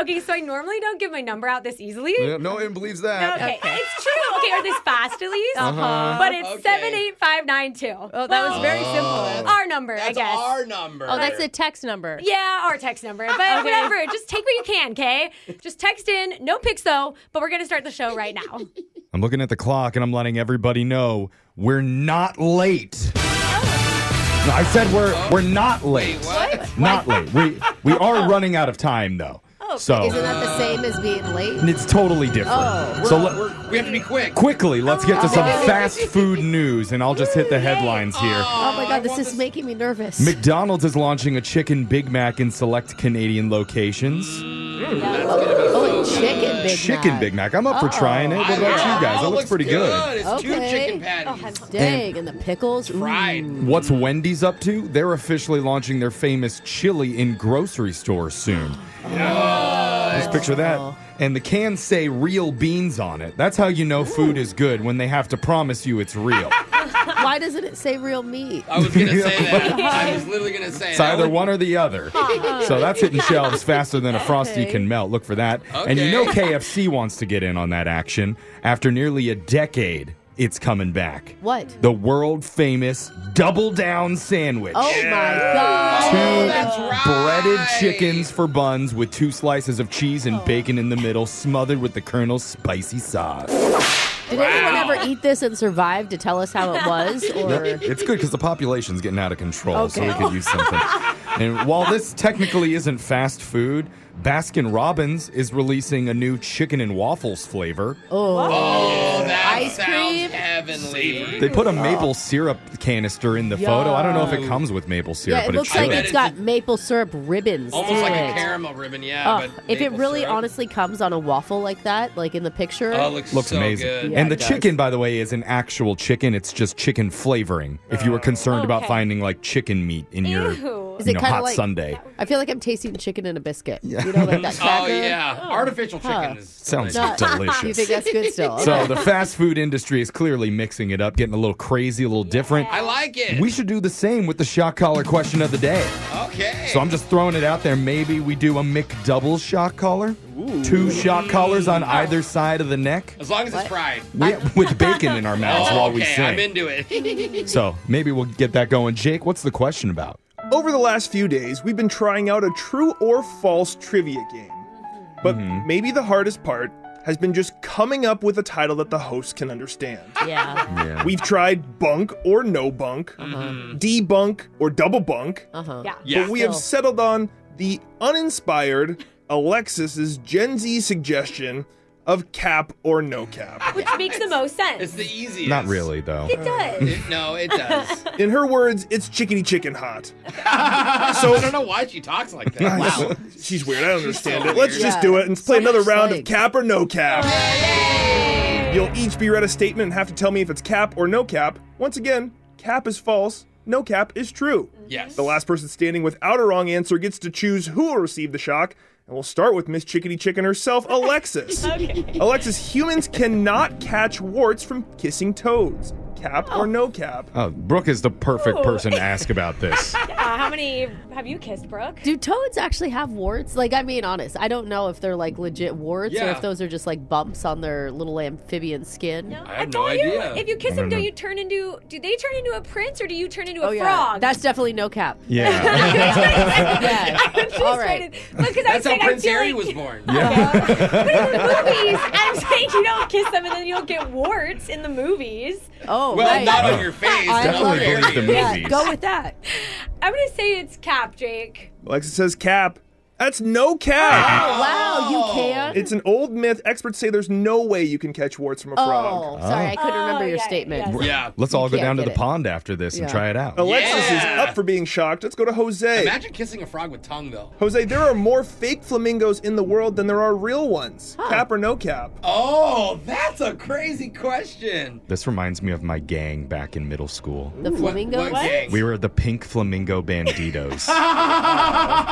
Okay, so I normally don't give my number out this easily. Yeah, No one believes that. Okay, it's true. Okay, or this fast at least. Uh-huh. But it's Okay. 78592. Oh, that was very Oh. simple. Our number, I That's guess. our number. Oh, that's a text number. Yeah, our text number. But whatever, just take what you can, okay? Just text in. No pics though, but we're gonna start the show right now. I'm looking at the clock and I'm letting everybody know we're not late. No, I said we're we're not late. what? Not late. We we are running out of time though. so Isn't that the same as being late? and it's totally different. Oh. so We're- let- we're- we have to be quick. quickly, let's get to some fast food news and I'll just hit the headlines here. Oh my God, this is making me nervous. McDonald's is launching a chicken Big Mac in select Canadian locations. oh, a chicken Big chicken Mac. Big Mac. I'm up for trying it. What about you Oh, guys? It looks pretty good. It's two Okay. Oh, chicken patties. Dang, and the pickles. Mm. Ooh. fried. What's Wendy's up to? They're officially launching their famous chili in grocery stores soon. Just picture that. And the cans say real beans on it. That's how you know food is good when they have to promise you it's real. Why doesn't it say real meat? I was gonna say that. I was literally gonna say Mm. It's that. either one or the other. Uh-huh. So that's hitting shelves faster than a frosty can melt. Look for that. And you know Okay. KFC wants to get in on that action. After nearly a decade, it's coming back. What? The world famous double down sandwich. Oh my God. Two Oh, that's right. breaded chickens for buns with two slices of cheese Oh. and bacon in the middle, smothered with the Colonel's spicy sauce. Did anyone ever eat this and survive to tell us how it was? Or It's good because the population's getting out of control, so we Okay. could use something. and while this technically isn't fast food, Baskin Robbins is releasing a new chicken and waffles flavor. Oh, that Ice sounds cream. heavenly. They Oh. put a maple syrup canister in the photo. I don't know if it comes with maple syrup, yeah, it but looks it should. like it's got maple syrup ribbons. Almost to like it. a caramel ribbon, yeah. Oh, but if it maple really syrup. honestly comes on a waffle like that, like in the picture, oh, it looks, looks so amazing. good. Yeah, and the it does. chicken, by the way, is an actual chicken. It's just chicken flavoring. If you were concerned about Okay. finding like chicken meat in your Ew. Oh. Is you it know, kinda hot like- Sunday, I feel like I'm tasting chicken in a biscuit. You know, like that Oh cracker. yeah, artificial chicken is sounds No. delicious. You think that's good still? so the fast food industry is clearly mixing it up, getting a little crazy, a little different. I like it. We should do the same with the shock collar question of the day. okay. So I'm just throwing it out there. Maybe we do a McDouble shock collar, two shock collars on either side of the neck, as long as it's fried. We- with bacon in our mouths oh, while okay, we sing. I'm into it. So maybe we'll get that going. Jake, what's the question about? Over the last few days, we've been trying out a true or false trivia game. But Mm-hmm. maybe the hardest part has been just coming up with a title that the host can understand. Yeah. We've tried bunk or no bunk, debunk or double bunk, Uh-huh. Yeah. Yeah. but we have settled on the uninspired Alexis's Gen Z suggestion of cap or no cap. Which makes the most sense. It's the easiest. Not really, though. it does. It- no, it does. In her words, it's chickeny chicken hot. so I don't know why she talks like that. Wow. She's weird. I don't understand so it. Let's weird. just Yeah. do it and play So another much round of slang. cap or no cap. You'll each be read a statement and have to tell me if it's cap or no cap. Once again, cap is false, no cap is true. Yes. The last person standing without a wrong answer gets to choose who will receive the shock, and we'll start with Miss Chickadee Chicken herself, Alexis. Alexis, humans cannot catch warts from kissing toads. Cap or no cap? Oh, Brooke is the perfect person to ask about this. Uh, how many have you kissed, Brooke? Do toads actually have warts? Like, I'm being honest, I don't know if they're like legit warts or Yeah. if those are just like bumps on their little amphibian skin. No, I have no thought idea. You, if you don't kiss them, do know. you turn into? Do they turn into a prince or do you turn into a Oh yeah, frog? that's definitely no cap. Yeah. Yeah. All right. Because I was That's saying, how I Prince feel Harry like, was born. But in the movies, I'm saying you don't kiss them and then you'll get warts in the movies. Oh, Well, right. not on your face. I but on love the it. believe the area. yeah, movies. go with that. I'm gonna say it's Cap, Jake. Alexis says cap. That's no cap. Oh. Wow, you can. It's an old myth. Experts say there's no way you can catch warts from a frog. oh, sorry, I couldn't Oh, remember your yeah, statement. yes. Yeah. Let's all go can't down to get the it. pond after this and Yeah. try it out. Alexis Yeah. is up for being shocked. Let's go to Jose. Imagine kissing a frog with tongue though. Jose, there are more fake flamingos in the world than there are real ones. Cap or no cap? Oh, that's a crazy question. This reminds me of my gang back in middle school. The flamingo. What, what gang? We were the Pink Flamingo Banditos.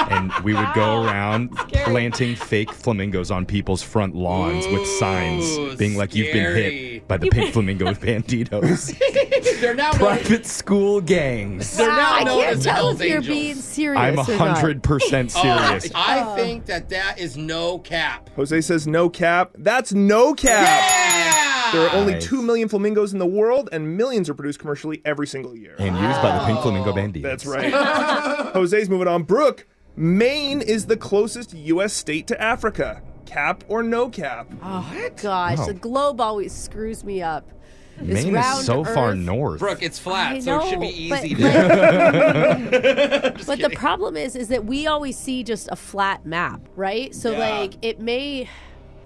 and we would go around planting fake pink flamingos on people's front lawns with Ooh, signs being like, "You've been scary. hit by the pink flamingo banditos." They're now known, Private school gangs. they're now I known can't as tell Hell's if you're Angels. being serious. I'm or not. hundred percent Oh, serious. I think that that is no cap. Jose says no cap. That's no cap. Yeah. There are only Nice. 2 million flamingos in the world, and millions are produced commercially every single year. And used by the pink flamingo banditos. That's right. Jose's moving on. Brooke, Maine is the closest U.S. state to Africa. Cap or no cap? Gosh, No. the globe always screws me up. This Maine round is so far Earth- north. Brooke, it's flat, I so know, it should be but- easy. but- to but the problem is is that we always see just a flat map right so Yeah. like it may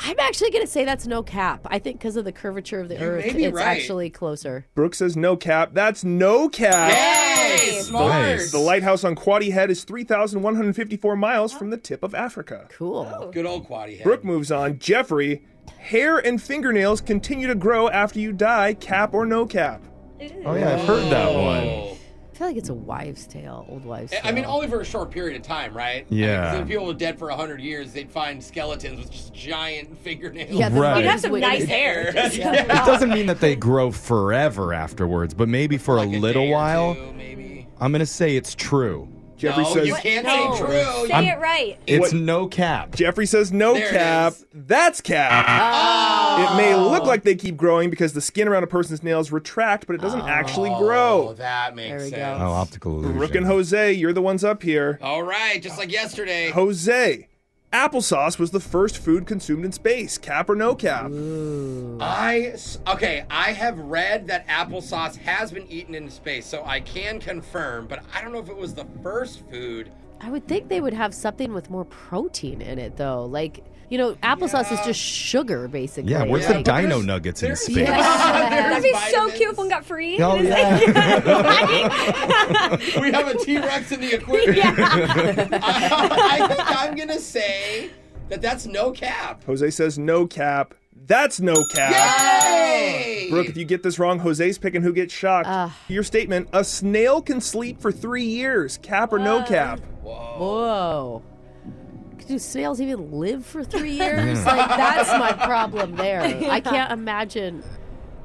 i'm actually going to say that's no cap i think because of the curvature of the earth be it's right. actually closer Brooke says no cap. That's no cap. Hey, smart. Nice. The lighthouse on Quaddy Head is 3,154 miles from the tip of Africa. cool Good old quaddy head. Brooke moves on. Jeffrey, hair and fingernails continue to grow after you die. Cap or no cap? Oh yeah, I've heard that one. Oh. i feel like it's a wives tale old wives tale I mean, only for a short period of time, right? Yeah. I mean, 'cause if people were dead for 100 years, they'd find skeletons with just giant fingernails. yeah, the Right. money's You'd have some waiting. nice hair. It doesn't mean that they grow forever afterwards, but maybe for Like a day little or while. two, maybe. I'm gonna say it's true. Jeffrey no, says you can't No. say true. Say I'm- it right. It's What- no cap. Jeffrey says no There it cap. is. Oh. That's cap. It may look like they keep growing because the skin around a person's nails retract, but it doesn't actually Oh, grow. that There makes we go. sense. Oh, optical illusion. Brooke and Jose, you're the ones up here. All right, just like yesterday. Jose, applesauce was the first food consumed in space. Cap or no cap? I s- okay. I have read that applesauce has been eaten in space, so I can confirm. But I don't know if it was the first food. i would think they would have something with more protein in it though like you know applesauce is just sugar basically Yeah, where's the Like, dino there's- nuggets in there's- space? That'd be so vitamins. cute if one got free. Oh yeah. We have a T Rex in the aquarium. I, I think I'm gonna say that that's no cap. Jose says no cap. That's no cap. Hey, Brooke, if you get this wrong, Jose's picking who gets shocked. Your statement a snail can sleep for three years. Cap or no cap? whoa do snails even live for three years? Like that's my problem there. I can't imagine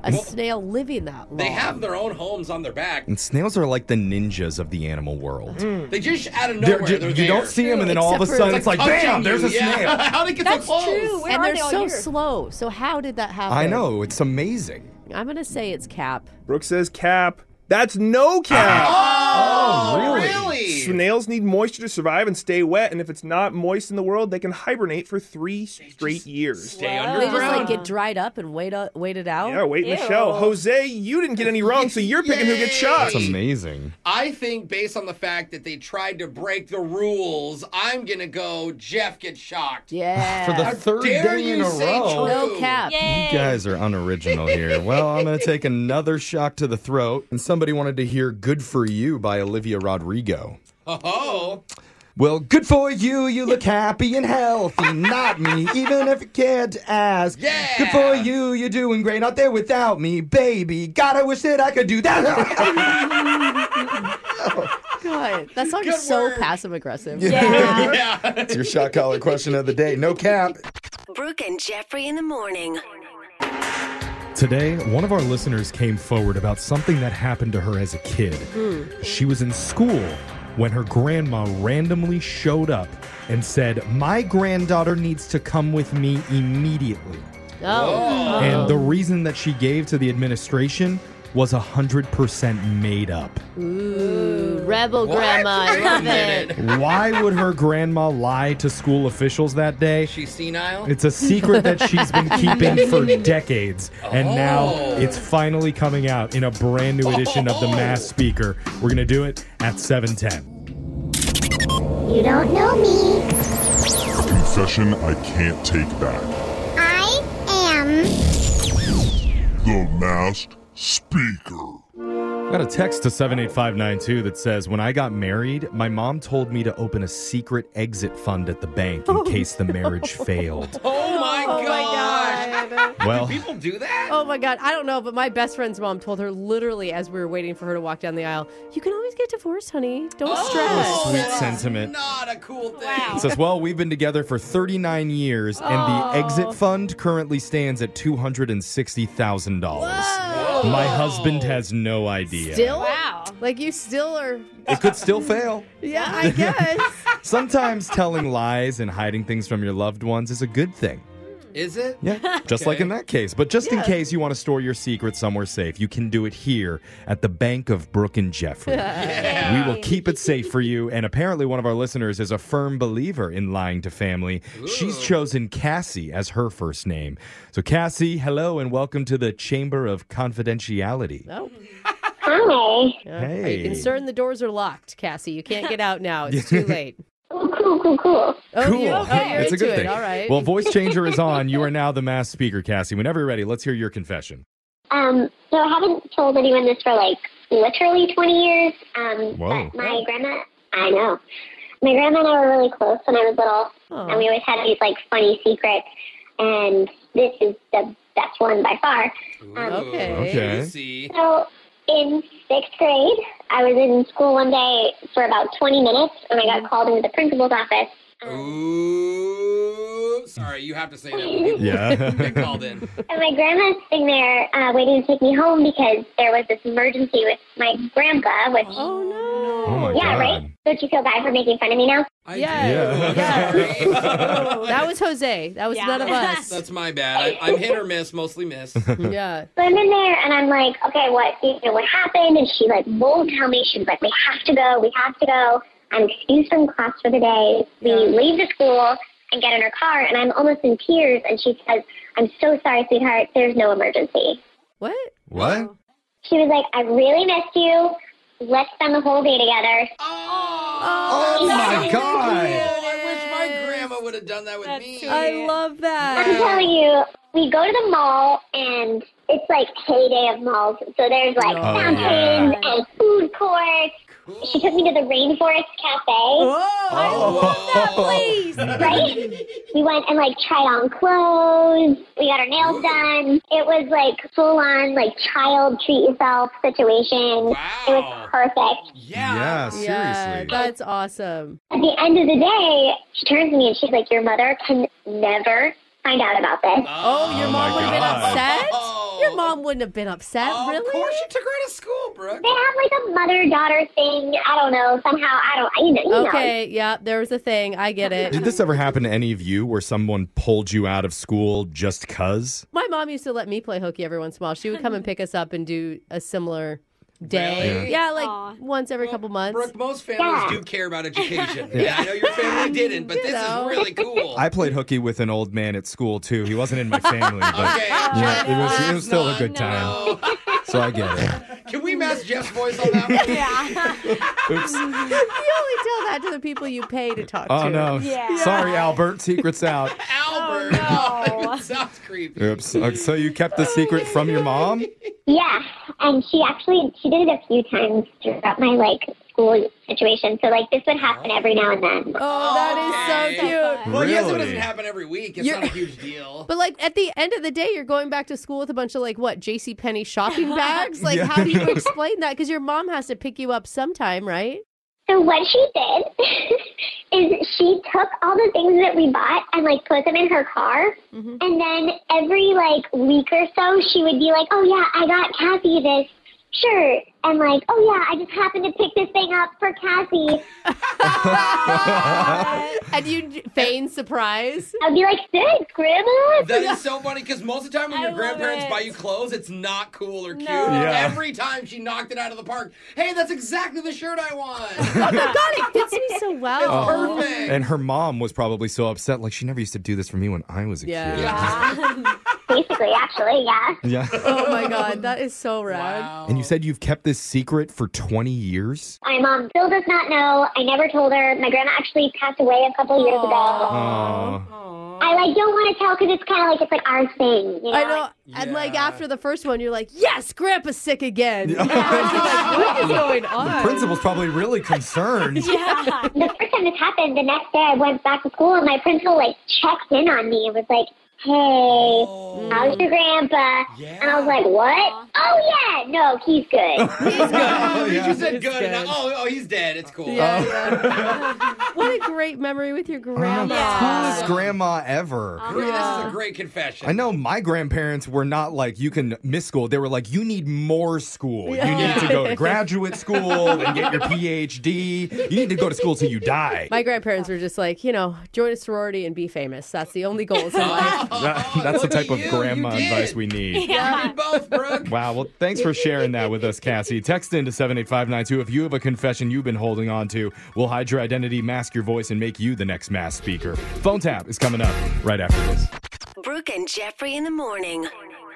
a snail living that long. they have their own homes on their back. and snails are like the ninjas of the animal world. They just out of They're nowhere. ju- Mm. They're, you there. don't see them, and then all of a Except for sudden it's it's like, Touching bam! you, There's a yeah. snail. How did it get That's so close? true. Where and are they're they all so year? slow. So how did that happen? I know it's amazing. I'm gonna say it's Cap. Brooke says cap. That's no cap. Ah. Oh, Really? Snails need moisture to survive and stay wet, and if it's not moist in the world, they can hibernate for three straight years. Stay Oh, They just underground. like get dried up and wait out, wait it out. Yeah, wait, Ew. Michelle. Jose, you didn't get any wrong, so you're picking who gets shot. That's amazing. I think based on the fact that they tried to break the rules, I'm gonna go. Jeff gets shocked. Yeah. Oh, For the third dare day you in a say row. true. no Cap. You Yay. guys are unoriginal here. Well, I'm going to take another shock to the throat. And somebody wanted to hear Good For You by Olivia Rodrigo. Oh, Well, good for you. You look happy and healthy. Not me, even if you can't ask. Yeah. Good for you. You're doing great out there without me, baby. God, I wish that I could do that. God, that song Good is so work. passive aggressive. Yeah. it's your shock collar question of the day. No cap. Brooke and Jeffrey in the morning. Today, one of our listeners came forward about something that happened to her as a kid. She was in school when her grandma randomly showed up and said, My granddaughter needs to come with me immediately. Oh. And the reason that she gave to the administration was 100% made up. Ooh, Rebel Grandma. I love it. Why would her grandma lie to school officials that day? she's senile. It's a secret that she's been keeping for decades, and now it's finally coming out in a brand new edition of the Mass Speaker. We're gonna do it at 7:10. You don't know me. Confession I can't take back. I am. The masked speaker. Got a text to 78592 that says, "When I got married, my mom told me to open a secret exit fund at the bank in case the marriage failed." oh my Oh gosh! Well, People do that? Oh my god, I don't know, but my best friend's mom told her literally as we were waiting for her to walk down the aisle, "You can always get divorced, honey. Don't Oh. stress." sweet that's sentiment. Not a cool thing. it says, well, we've been together for 39 years, and the exit fund currently stands at $260,000. My husband has no idea. Still, Wow. like you still are. It could still fail. Yeah, I guess. Sometimes telling lies and hiding things from your loved ones is a good thing. Is it? Yeah, just like Okay. in that case. But just in Yeah. case you want to store your secret somewhere safe, you can do it here at the Bank of Brooke and Jeffrey. We will keep it safe for you. And apparently, one of our listeners is a firm believer in lying to family. She's chosen Cassie as her first name. So, Cassie, hello and welcome to the Chamber of Confidentiality. no. Hi. Are Oh. you Hey. concerned the doors are locked, Cassie? You can't get out now. It's too late. Cool, cool, cool, cool. Oh, Cool. you okay? You're It's into a good it. thing. All right. Well, voice changer is on. You are now the mass speaker, Cassie. Whenever you're ready, let's hear your confession. Um, so I haven't told anyone this for like literally 20 years. Um, Whoa. but my grandma, I know. My grandma and I were really close when I was little, Aw. and we always had these like funny secrets. And this is the best one by far. Um, Okay. Okay. See. So in sixth grade, I was in school one day for about 20 minutes, and I got called into the principal's office. Ooh. Sorry, you have to say that. when people Yeah. Get called in. And my grandma's sitting there uh, waiting to take me home because there was this emergency with my grandpa, which oh oh, my Yeah, God. right? Don't you feel bad for making fun of me now? I no. do. Yes. Yeah. yes. Oh, that was Jose. That was Yeah. none of us. That's my bad. I, I'm hit or miss, mostly miss. Oh, yeah. So I'm in there and I'm like, okay, what, you know, what happened? And she like won't tell me. She's like, we have to go, we have to go. I'm excused from class for the day. We leave the school and get in her car and I'm almost in tears. And she says, I'm so sorry, sweetheart. There's no emergency. What? What? She was like, I really missed you. Let's spend the whole day together. Oh my no. God. Oh, I wish my grandma would have done that with That's me. sweet. I love I'm that. telling you, we go to the mall and it's like heyday of malls. So there's like Oh, fountains yeah. and food courts. She took me to the Rainforest Cafe, Oh, Oh. Please. right? we went and like tried on clothes. We got our nails done. It was like full on like child treat yourself situation. It Wow. was perfect. Yeah. Yeah, seriously. Yeah, that's awesome. At the end of the day, she turns to me and she's like, "Your mother can never find out about this." Oh, your Oh mom my would have been God. upset? Oh. Your mom wouldn't have been upset, Oh, really? Of course, you took her to school, Brooke. They have like a mother daughter thing. I don't know. Somehow, I don't. You know. You know. Okay, yeah, there was a thing. I get Did it. this ever happen to any of you where someone pulled you out of school just cuz? My mom used to let me play hooky every once in a while. She would come and pick us up and do a similar day. Really? Yeah, like Aw. once every couple months. Brooke, most families do care about education. Yeah. I know your family didn't, but this know. is really cool. I played hooky with an old man at school too. He wasn't in my family, but Okay. yeah, it was, it was still a good time. No. So I get it. Can we match Jeff's voice on that one? Yeah. Oops. you only tell that to the people you pay to talk Oh to. no. Yeah. Sorry, Albert. Secret's out. Albert. Oh, no. Sounds creepy. Oops. Okay, so you kept the secret from your mom? Yeah, and she actually she did it a few times throughout my like school situation. So like this would happen every now and then. Oh, that is so Okay. cute. Well, yes, it doesn't Really? happen every week. It's You're- not a huge deal. But like at the end of the day, you're going back to school with a bunch of like what J.C. Penney shopping bags. Like, Yeah. how do you explain that? Because your mom has to pick you up sometime, right? So what she did is she took all the things that we bought and like put them in her car, Mm-hmm. and then every like week or so she would be like, "Oh yeah, I got Kathy this." shirt," and like, oh yeah, I just happened to pick this thing up for Kathy. and you feign surprise. I'd be like, "Good, Grandma." That is so funny because most of the time when I your love grandparents it. buy you clothes, it's not cool or cute. Yeah. Every time she knocked it out of the park, hey, that's exactly the shirt I want. Oh my god, it fits me so well. Perfect. And her mom was probably so upset. Like, she never used to do this for me when I was a Yeah. kid. Basically, actually, yeah. Yeah. Oh my god, that is so rad. And you said you've kept this secret for 20 years? My mom still does not know. I never told her. My grandma actually passed away a couple years ago. Oh. I like don't want to tell because it's kind of like it's like our thing. You know? I know. And like Yeah. after the first one, you're like, yes, Grandpa's sick again. You're like, what is going on? principal's probably really concerned. Yeah. The first time this happened, the next day I went back to school and my principal like checked in on me and was like, hey, how's your grandpa? And I was like, what? Oh, yeah, no, he's good. Oh, you just said It's good. And I, good. oh, oh, he's dead. It's cool. Yeah, yeah. what a great memory with your grandma. Uh-huh. Coolest grandma ever. Wait, Oh, This is a great confession. I know my grandparents were not like you can miss school. They were like you need more school. You need to go to graduate school and get your PhD. You need to go to school till you die. My grandparents were just like, you know, join a sorority and be famous. That's the only goals in That- life. that's the look at type of you, you grandma did. advice we need. You did both, Brooke. Wow. Well, thanks for sharing that with us, Cassie. Text into 78592 if you have a confession you've been holding on to. We'll hide your identity, mask your voice, and make you the next mass speaker. Phone tap is coming up right after this. Brooke and Jeffrey in the morning.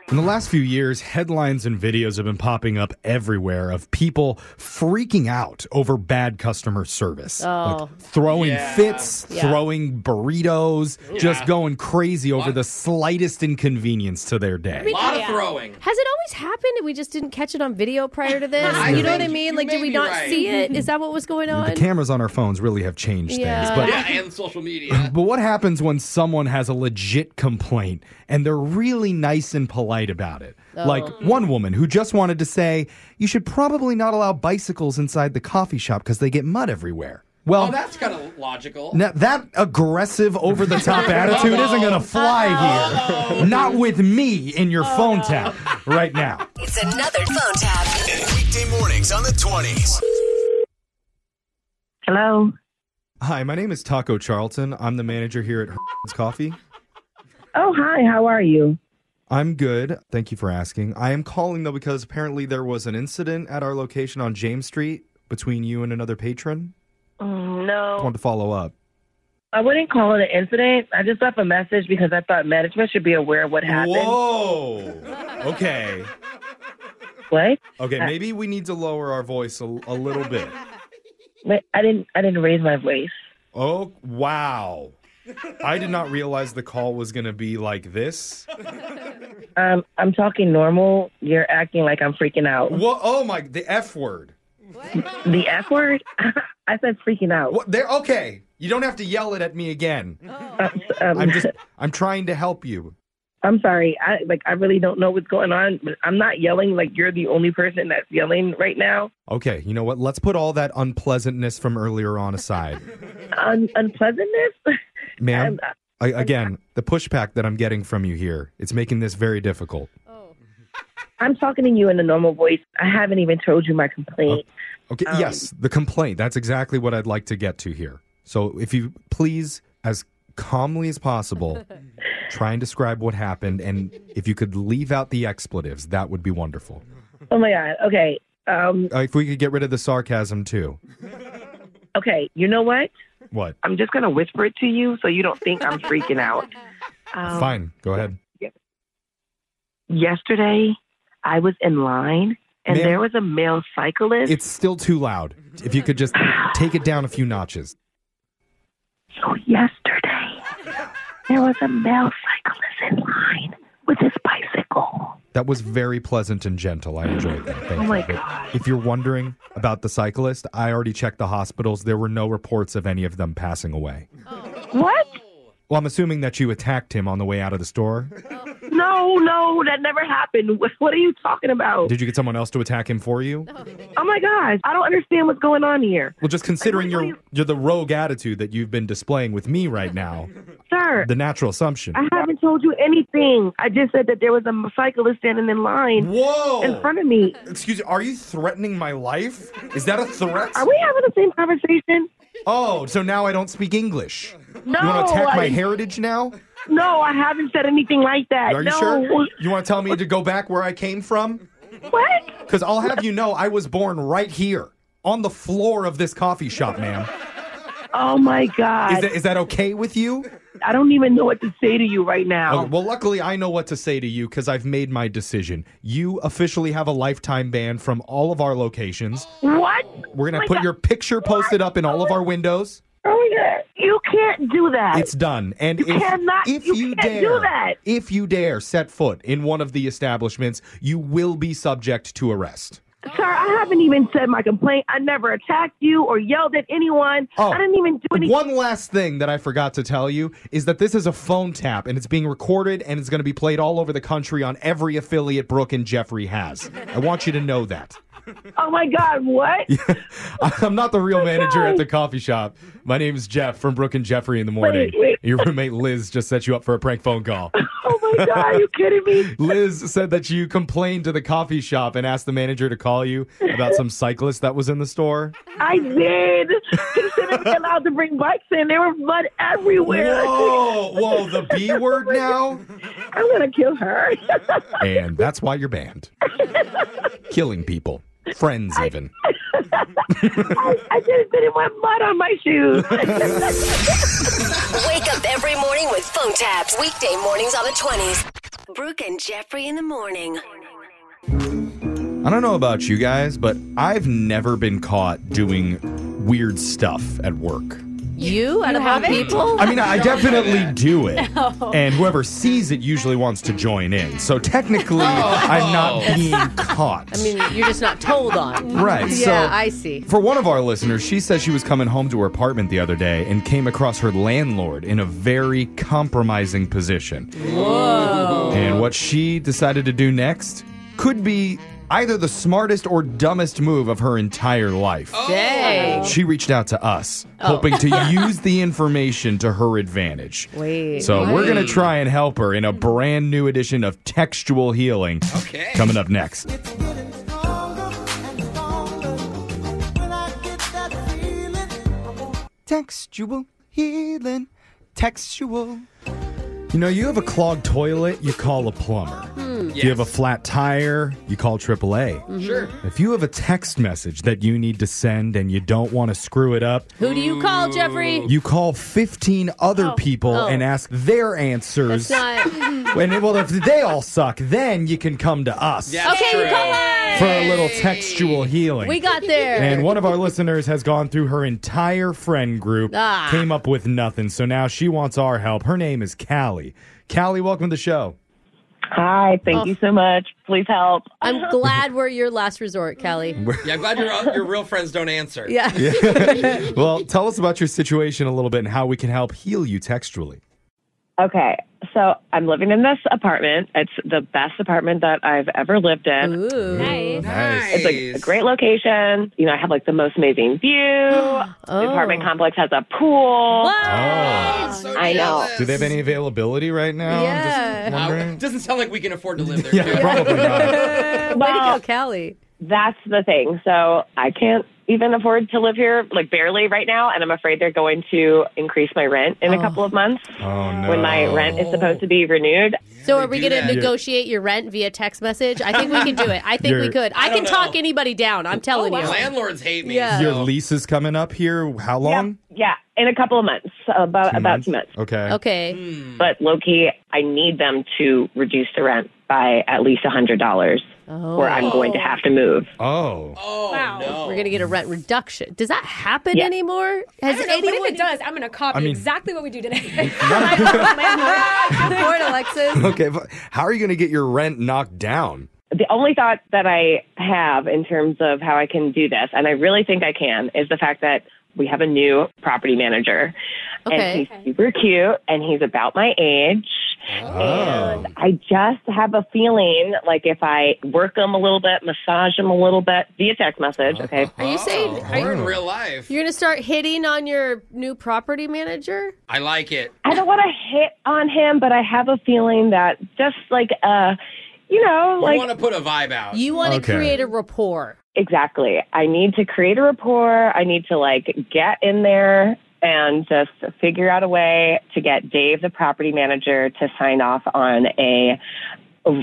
In the last few years, headlines and videos have been popping up everywhere of people freaking out over bad customer service. Oh. Like throwing Yeah. fits, Yeah. throwing burritos, just going crazy over the slightest inconvenience to their day. A lot of throwing. Has it always happened? that We just didn't catch it on video prior to this. I you know think what I mean? you Like, may did we be not right. see it? Is that what was going the on? cameras on our phones really have changed Yeah. things. But Yeah, and social media. But what happens when someone has a legit complaint and they're really nice and polite about it? Like one woman who just wanted to say, you should probably not allow bicycles inside the coffee shop because they get mud everywhere. Well, Oh, that's kind of logical. now, that aggressive, over the top attitude isn't going to fly Oh. here. Not with me in your phone tap right now. It's another phone tap. Weekday mornings on the 20s. Hello. Hi, my name is Taco Charlton. I'm the manager here at Herman's Coffee. Oh, hi. How are you? I'm good. Thank you for asking. I am calling though because apparently there was an incident at our location on James Street between you and another patron. I No, want to follow up. I wouldn't call it an incident. I just left a message because I thought management should be aware of what happened. Whoa. Okay. What? Okay, maybe we need to lower our voice a, a little bit. Wait, I didn't. I didn't raise my voice. Oh, wow. I did not realize the call was going to be like this. Um, I'm talking normal. You're acting like I'm freaking out. What? Oh my, the F word. The F word. I said freaking out. What? There okay. You don't have to yell it at me again. Um, I'm just I'm trying to help you. I'm sorry. I like. I really don't know what's going on. But I'm not yelling. Like you're the only person that's yelling right now. Okay, you know what? Let's put all that unpleasantness from earlier on aside. Un- unpleasantness. Ma'am, uh, I'm- I- I, again, the pushback that I'm getting from you here, it's making this very difficult. I'm talking to you in a normal voice. I haven't even told you my complaint. Okay, Um, yes, the complaint. That's exactly what I'd like to get to here. So if you please, as calmly as possible, try and describe what happened. And if you could leave out the expletives, that would be wonderful. Oh my god. Okay. Um. Uh, if we could get rid of the sarcasm too. Okay. You know what? What? I'm just gonna whisper it to you so you don't think I'm freaking out. Um, Fine, go ahead. Yesterday, I was in line, and Ma'am. there was a male cyclist. It's still too loud. If you could just take it down a few notches. so Oh, yesterday, there was a male cyclist in line with his bicycle. That was very pleasant and gentle. I enjoyed that. Thank Oh my you. But God. If you're wondering about the cyclist, I already checked the hospitals. There were no reports of any of them passing away. What? Well, I'm assuming that you attacked him on the way out of the store. No, no, that never happened. What, what are you talking about? Did you get someone else to attack him for you? oh my gosh, I don't understand what's going on here, Well, just considering your, your the rogue attitude that you've been displaying with me right now, sir. the natural assumption. I haven't told you anything. I just said that there was a cyclist standing in line Whoa! in front of me. Excuse me, are you threatening my life? Is that a threat? Are we having the same conversation? Oh, so now I don't speak English. No, you want to attack my I- heritage now? no, I haven't said anything like that. Are you no, sure? You want to tell me to go back where I came from? what? Because I'll have you know I was born right here on the floor of this coffee shop, ma'am. Oh my Is god, that, is that okay with you? I don't even know what to say to you right now. Okay, well, luckily, I know what to say to you because I've made my decision. You officially have a lifetime ban from all of our locations. what? We're going Oh to my put God. your picture posted up in all of our windows. Oh my God. You can't do that. It's done. And You if, cannot- if you, you can't dare, do that. if you dare set foot in one of the establishments, you will be subject to arrest. Sir, I haven't even said my complaint. I never attacked you or yelled at anyone. Oh. I didn't even do anything. One last thing that I forgot to tell you is that this is a phone tap and it's being recorded and it's going to be played all over the country on every affiliate Brooke and Jeffrey has. I want you to know that. Oh my God, what? I'm not the real manager at the coffee shop. My name is Jeff from Brooke and Jeffrey in the morning. Wait, wait. Your roommate Liz just set you up for a prank phone call. Oh my God, are you kidding me? Liz said that you complained to the coffee shop and asked the manager to call you about some cyclist that was in the store. I did. They shouldn't be allowed to bring bikes in. There was blood everywhere. Whoa, whoa, the B word now? I'm going to kill her. And that's why you're banned. Killing people, friends even. I, I just didn't want mud on my shoes. Wake up every morning with phone taps. Weekday mornings on the 20s. Brooke and Jeffrey in the morning. I don't know about you guys, but I've never been caught doing weird stuff at work. You out of all people? I mean, I definitely do it. And whoever sees it usually wants to join in. So technically, I'm not being caught. Oh. I mean, you're just not told on. Right. Yeah, so I see. for one of our listeners, she says she was coming home to her apartment the other day and came across her landlord in a very compromising position. Whoa. And what she decided to do next could be either the smartest or dumbest move of her entire life. Oh. Dang. She reached out to us, Oh. hoping to use the information to her advantage. Wait. So we're going to try and help her in a brand new edition of Textual Healing Okay. coming up next. Textual healing. Textual. You know, you have a clogged toilet, you call a plumber. You have a flat tire, you call AAA. Hmm. Mm-hmm. Sure. If you have a text message that you need to send and you don't want to screw it up, Who do you call, Jeffrey? you call 15 other people Oh. and ask their answers. That's not. When it- well, if they all suck, then you can come to us That's Okay, you true. call us. for a little textual healing. We got there. and one of our listeners has gone through her entire friend group, Ah. came up with nothing. So now she wants our help. Her name is Callie. Callie, welcome to the show. Hi, thank you so much. Please help. I'm glad we're your last resort, Kelly. Yeah, I'm glad your your real friends don't answer. Yeah. Well, tell us about your situation a little bit and how we can help heal you textually. Okay, so I'm living in this apartment. It's the best apartment that I've ever lived in. Ooh. Nice. Nice. It's like a great location. You know, I have like the most amazing view. The Oh. apartment complex has a pool. Oh. I'm so I know. jealous. Do they have any availability right now? I'm just Yeah. Uh, wondering. doesn't sound like we can afford to live there. Yeah, do we? probably Well, not. Way to go, Callie. that's the thing. So I can't even afford to live here, like barely right now. And I'm afraid they're going to increase my rent in a couple of months Oh, no. when my rent is supposed to be renewed. So are we do going to that. negotiate your rent via text message? I think we can do it. I think we You're- could. I, can don't talk know. anybody down. I'm Oh, telling you. Landlords hate me. Yeah. Your so- lease is coming up here. How long? Yeah, in a couple of months, about about two months. Okay. Okay. But low key, I need them to reduce the rent by at least a hundred dollars, Oh. or I'm going to have to move. Oh. Oh no. We're going to get a rent reduction. Does that happen Yeah. anymore? Has I don't know, but anyone if it does, I'm gonna copy I mean- exactly what we do today. Lord, Alexis. Okay. but How are you going to get your rent knocked down? The only thought that I have in terms of how I can do this, and I really think I can, is the fact that we have a new property manager, Okay. and he's super cute, and he's about my age. Oh. Oh. And I just have a feeling like if I work him a little bit, massage him a little bit via text message, okay, Are you saying are you, We're oh, in real life. you're going to start hitting on your new property manager? I like it. I don't want to hit on him, but I have a feeling that just like uh, you know, You like want to put a vibe out. You want to Okay. create a rapport. exactly. I need to create a rapport. I need to like get in there and just figure out a way to get Dave, the property manager, to sign off on a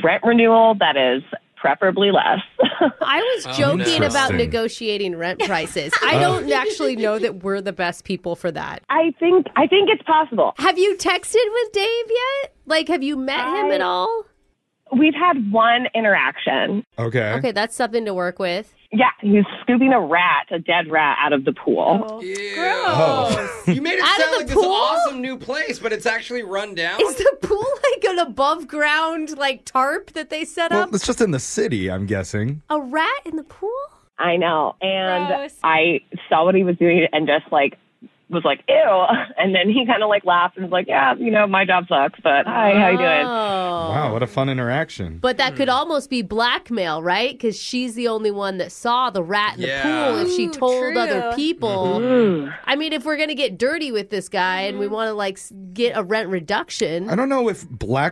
rent renewal that is preferably less. I was Oh, no. joking about Interesting. Oh. negotiating rent prices. I don't actually know that we're the best people for that. I think I think it's possible. Have you texted with Dave yet? Like, have you met him at all? We've had one interaction. Oh. Okay. Okay, that's something to work with. Yeah, he's scooping a rat, a dead rat, out of the pool. Ew. Oh. You made it Out of sound the like this pool? awesome new place, but it's actually run down. Is the pool like an above ground like tarp that they set Well, up? it's just in the city, I'm guessing. A rat in the pool? I know. And Gross. I saw what he was doing and just like was like, ew. And then he kind of like laughed and was like, yeah, you know, my job sucks, but hi, how you doing? Oh. Wow, what a fun interaction. But that could almost be blackmail, right? Because she's the only one that saw the rat in Yeah. the pool. If she Ooh, told true. other people, Mm-hmm. Mm. I mean, if we're gonna get dirty with this guy and we Mm-hmm. want to like s- get a rent reduction, I don't know if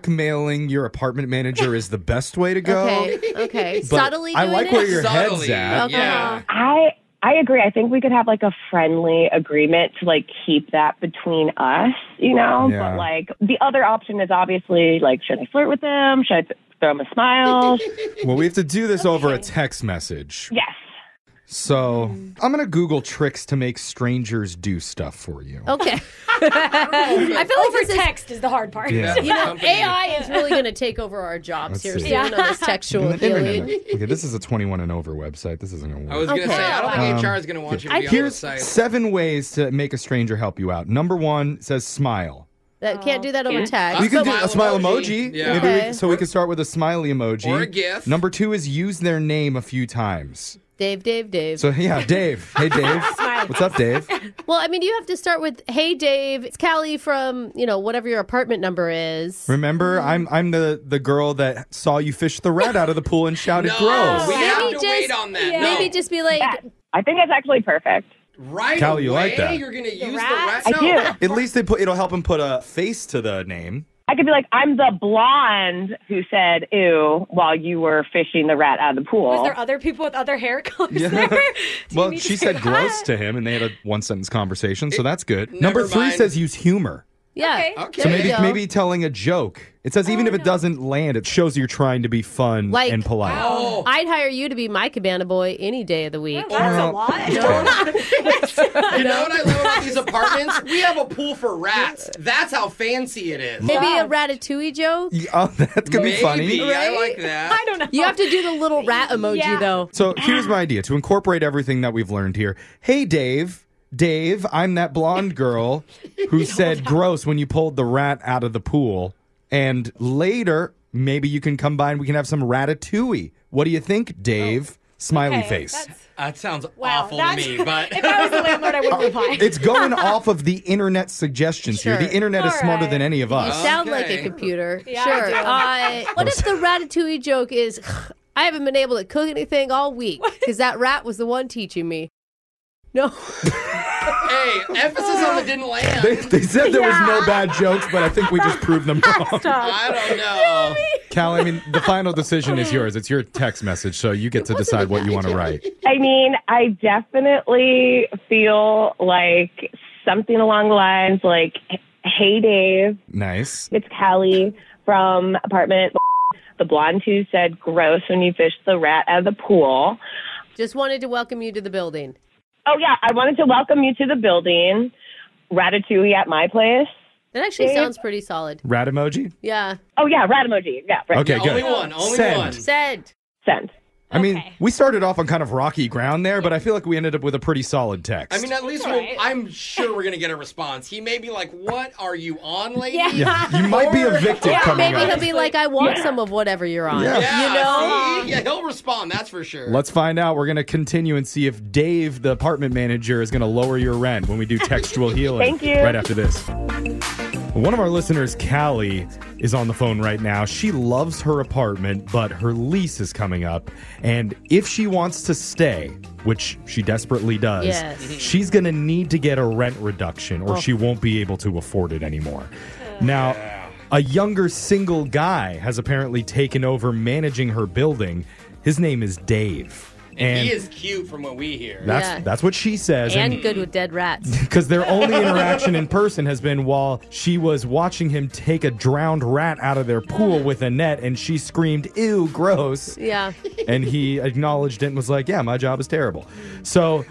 blackmailing your apartment manager is the best way to go. okay, okay, but subtly. I doing like it? where your Subtly, head's at. Okay. yeah. I I agree. I think we could have like a friendly agreement to like keep that between us, you know. Yeah. But like the other option is obviously like, should I flirt with them? Should I th- throw them a smile? Well, we have to do this over a text message. yes. So I'm going to Google tricks to make strangers do stuff for you. Okay, I feel like over text is the hard part. Yeah. You know, AI is really gonna take over our jobs Let's here see. soon on this textual No, no, no, no, no. healing. Okay, this is a 21 and over website. This isn't going to I work. was gonna Okay. say I don't think Um, HR is gonna want you to I be on the Here's site. seven ways to make a stranger help you out. Number one says smile. That can't do that over text. We A can do smile a smile emoji. emoji. Yeah. Maybe we- Okay. so we can start with a smiley emoji. Or a GIF. Number two is use their name a few times. Dave, Dave, Dave. So yeah, Dave. Hey Dave. What's up, Dave? well, I mean, you have to start with, "Hey, Dave, it's Callie from you know whatever your apartment number is." Remember, I'm I'm the the girl that saw you fish the rat out of the pool and shouted no, gross. we have Maybe to just- wait on that. yeah. No. Maybe just be like, I think that's actually perfect. right Cal, away. you like that. You're gonna use rat? the I rat. do. No. At least they put it'll help him put a face to the name. I could be like, I'm the blonde who said ew while you were fishing the rat out of the pool. Was there other people with other hair colors Yeah. there? Do you Well, need to she say said that? gross to him, and they had a one sentence conversation, so that's good. never Number three mind. says use humor. "Yeah, Okay. Okay. So There you maybe go. maybe telling a joke. It says even if it doesn't land, it shows you're trying to be fun Like- and polite. Oh. I'd hire you to be my cabana boy any day of the week." That's a Well, lot. You know what I love about these apartments? We have a pool for rats. That's how fancy it Oh, is. Maybe a ratatouille joke. Yeah, Oh, that's gonna be funny. Maybe. I like that. I don't know. You have to do the little rat emoji Yeah. though. So here's my idea to incorporate everything that we've learned here. Hey, Dave. Dave, I'm that blonde girl who said gross when you pulled the rat out of the pool. And later, maybe you can come by and we can have some ratatouille. What do you think, Dave? Smiley Okay, face. that's- That sounds Wow, awful to that's- me, but If I was the landlord, I wouldn't reply. It's going off of the internet suggestions here. Sure. The internet is All smarter right. than any of You us. sound like a Okay. computer. Yeah, sure. I Uh, what if the ratatouille joke is I haven't been able to cook anything all week because that rat was the one teaching me. No. hey, emphasis on the didn't They, land. they said there was no bad jokes, but I think we just proved them wrong. I don't know. Cal, I mean, the final decision is yours. It's your text message, so you get to decide what you want to write. I mean, I definitely feel like something along the lines like, "Hey Dave, Nice. it's Callie from apartment the blonde who said gross when you fished the rat out of the pool." Just wanted to welcome you to the building. Oh yeah, I wanted to welcome you to the building. Ratatouille at my place. That actually Dave? sounds pretty solid. Rat emoji? Yeah. Oh yeah, rat emoji. Yeah, right. Okay, Only good. one. Only Send. one. Said. Send. I mean, we started off on kind of rocky ground there, but I feel like we ended up with a pretty solid text. I mean, at least we'll, I'm sure we're gonna get a response. He may be like, "What are you on, lady?" Yeah. yeah, you might be a victim coming Maybe up. he'll be like, I want some of whatever you're on. Yeah. Yeah, You know? see? yeah, he'll respond. That's for sure. Let's find out. We're going to continue and see if Dave, the apartment manager, is going to lower your rent when we do textual healing. Thank you. Right after this. One of our listeners, Callie, is on the phone right now. She loves her apartment, but her lease is coming up. And if she wants to stay, which she desperately does, Yes. Mm-hmm. she's going to need to get a rent reduction or she won't be able to afford it anymore. Now, a younger single guy has apparently taken over managing her building. His name is Dave. And he is cute from what we hear. that's Yeah. that's what she says. And good with dead rats. because their only interaction in person has been while she was watching him take a drowned rat out of their pool with a net and she screamed, Ew, gross. Yeah. And he acknowledged it and was like, Yeah, my job is terrible. So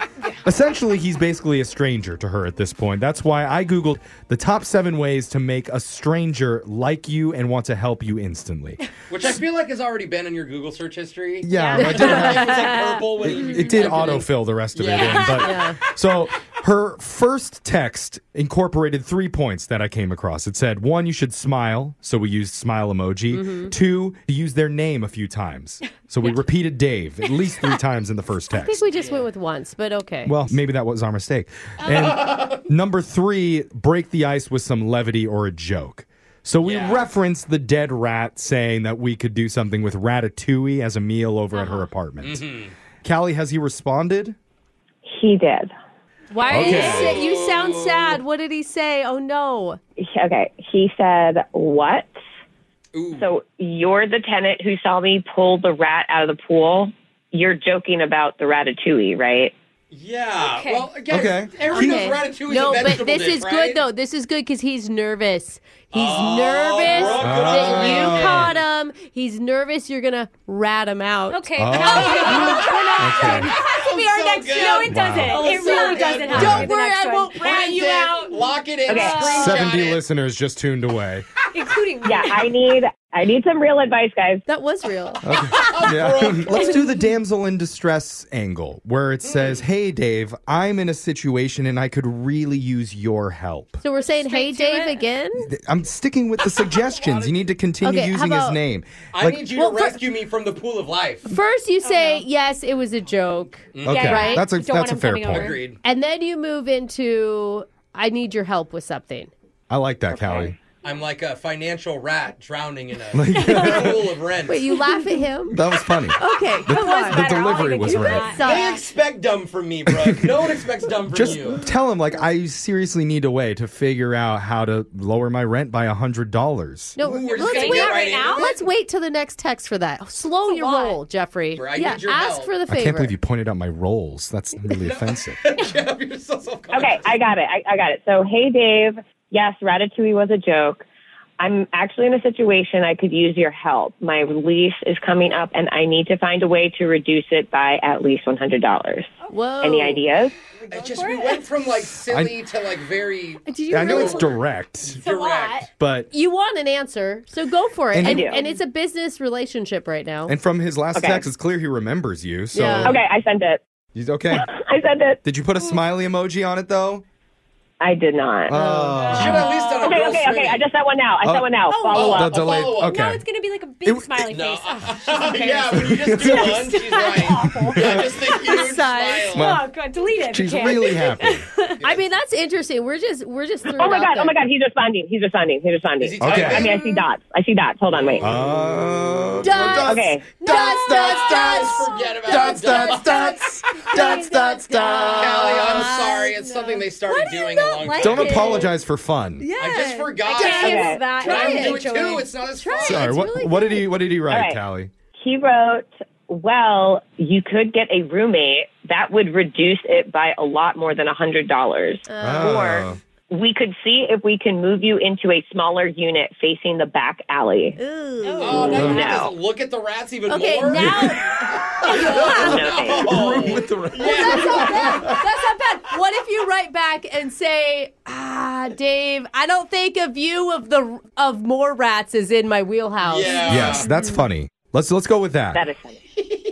essentially, he's basically a stranger to her at this point. That's why I Googled the top seven ways to make a stranger like you and want to help you instantly. Which I feel like has already been in your Google search history. Yeah, I it was like purple when you- It did autofill the rest of it in. Yeah. But so Her first text incorporated three points that I came across. It said, one, you should smile. So we used smile emoji. Mhm. Two, to use their name a few times. So we repeated Dave at least three times in the first I text. think we just went with once, but okay. Well, maybe that was our mistake. And number three, break the ice with some levity or a joke. So we referenced the dead rat saying that we could do something with ratatouille as a meal over Uh-huh. at her apartment. Mm-hmm. Callie, has he responded? He did. Why are you Okay. sa- you sound sad? What did he say? Oh no. He- Okay, he said, What? So you're the tenant who saw me pull the rat out of the pool. You're joking about the ratatouille, right? Yeah. Well, again, Okay. everyone Okay. knows ratatouille no, is a but vegetable this dish, is right? Oh, good though. This is good because he's nervous. He's nervous that you Oh. caught him. He's nervous you're gonna rat him out. Okay. Oh. Okay. has to be Oh, our next show. No, it Oh, doesn't. Wow. It really Don't doesn't have to worry, be the next I one. won't rat you out. Lock it in. Okay. Screenshot 70 it. listeners just tuned away. Including Yeah, I need I need some real advice, guys. That was real. Oh, Yeah. Let's do the damsel in distress angle where it Mm. says, Hey, Dave, I'm in a situation and I could really use your help. So we're saying, hey, Dave, again. Th- I'm sticking with the suggestions. You need to continue Okay, how using his about- name. I Like- need you Well, to fir- rescue me from the pool of life. First, you say yes, it was a joke. Okay, Yeah, right. that's a- Don't that's want a him fair coming point. over. Agreed. And then you move into I need your help with something. I like that, Callie. I'm like a financial rat drowning in a pool of rent. Wait, you laugh at him? That was funny. Okay, The, come on. the delivery was right. They expect dumb from me, bro. No one expects dumb from Just you. tell him, like, I seriously need a way to figure out how to lower my rent by $100. No, we're just let's gonna wait get right into it? Let's wait till the next text for Oh, that. Slow your roll, Jeffrey. Where I yeah, need your ask help. for the I favor. can't believe you pointed out my roles. That's really offensive. Jeff, you're so self-conscious. Okay, I got it. I, I got it. So, hey, Dave. Yes, Ratatouille was a joke. I'm actually in a situation I could use your help. My lease is coming up, and I need to find a way to reduce it by at least $100. Whoa. Any ideas? I just we went from like silly to like very Did you I know really- it's direct, direct. but. You want an answer, so go for it. And- And, I and, do. it's a business relationship right now. And from his last Okay. text, it's clear he remembers you. So, Yeah. Okay, I sent it. He's okay. I sent it. Did you put a smiley emoji on it, though? I did not. Oh. Should at least on a okay, girl okay, okay. screen. I just sent one now. I Oh. sent one now. Follow The up. delayed. follow-up. Okay. Now it's gonna be like a big It- smiley No. uh, face. uh, Oh, she's okay. yeah, when you just do one, she's like, yeah, just the huge Size. smile. Well, Oh god, delete it. if you she's can. really happy. I mean, that's interesting. We're just we're just throwing Oh my out god! there. Oh my god! He's responding. He's responding. He's responding. Is he Okay. typing? I mean, I see dots. I see dots. Hold on, wait. Uh-huh. Uh, Dots. Okay. Dots, dots, Just dots. forget about Dots, it. Done. dots, dots. Dots, dots, Callie, I'm dots. sorry. It's something they started doing a long time. Don't ago. apologize for fun. I just forgot. Yes, Okay. that Try is and do it enjoying. too. It's not as fun. Sorry, what, really what did he what did he write, All right. Callie? He wrote, "Well, you could get a roommate. That would reduce it by a lot more than a hundred dollars. Oh. Or we could see if we can move you into a smaller unit facing the back alley. Oh, now you No. just look at the rats even Okay, more. now No, thanks. Oh. With the rest. that's not bad. That's not bad. What if you write back and say, "Ah, Dave, I don't think a view of the of more rats is in my wheelhouse." Yeah. Ah, Yes, that's Mm-hmm. funny. Let's let's go with that. That is funny.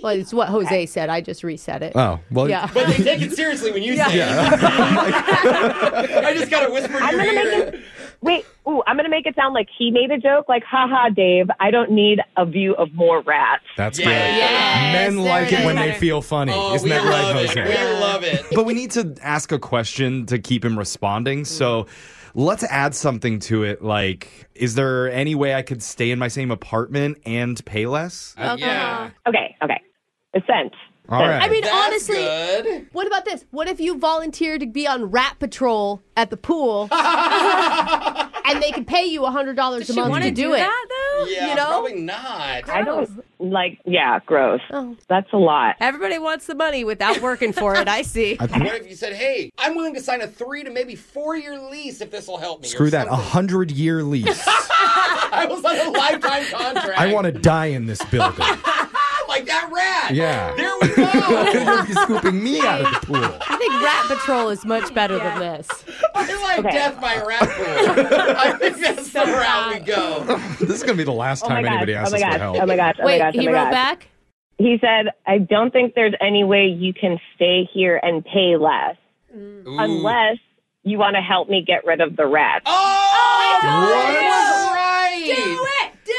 Well, it's what Jose said. I just reset it. oh well. yeah. But they take it seriously when you say it. I just got to whisper in I'm your gonna make ear. it. Wait, ooh, I'm gonna make it sound like he made a joke, like, haha, Dave, I don't need a view of more rats. That's Yeah. great. Yes, Men there like it it when is. they feel funny. Oh, Isn't we that right, love Jose? it. We love it. but we need to ask a question to keep him responding. So let's add something to it. Like, is there any way I could stay in my same apartment and pay less? Yeah. Okay, okay. It's sent. All right. I mean, That's honestly, good. what about this? What if you volunteer to be on rat patrol at the pool, and they can pay you hundred dollars a She month wanna to do do it? that though? Yeah, you know? probably not. I don't like, yeah, gross. Oh. That's a lot. Everybody wants the money without working for it. I see. What if you said, "Hey, I'm willing to sign a three to maybe four year lease if this will help me"? or Screw that. A something. hundred year lease. I was on a lifetime contract. I want to die in this building. like that rat. Yeah. There we go. You're scooping me out of the pool. I think rat patrol is much better than this. Oh I like Okay. death by rat pool. I think that's the route we go. This is going to be the last Oh my time gosh. anybody Oh asks my us for gosh. help. Oh my gosh. Oh my Wait, gosh. Oh he my wrote gosh. back. He said, I don't think there's any way you can stay here and pay less. Ooh. Mm. Oh, unless you want to help me get rid of the rats. Oh Do it! Do it!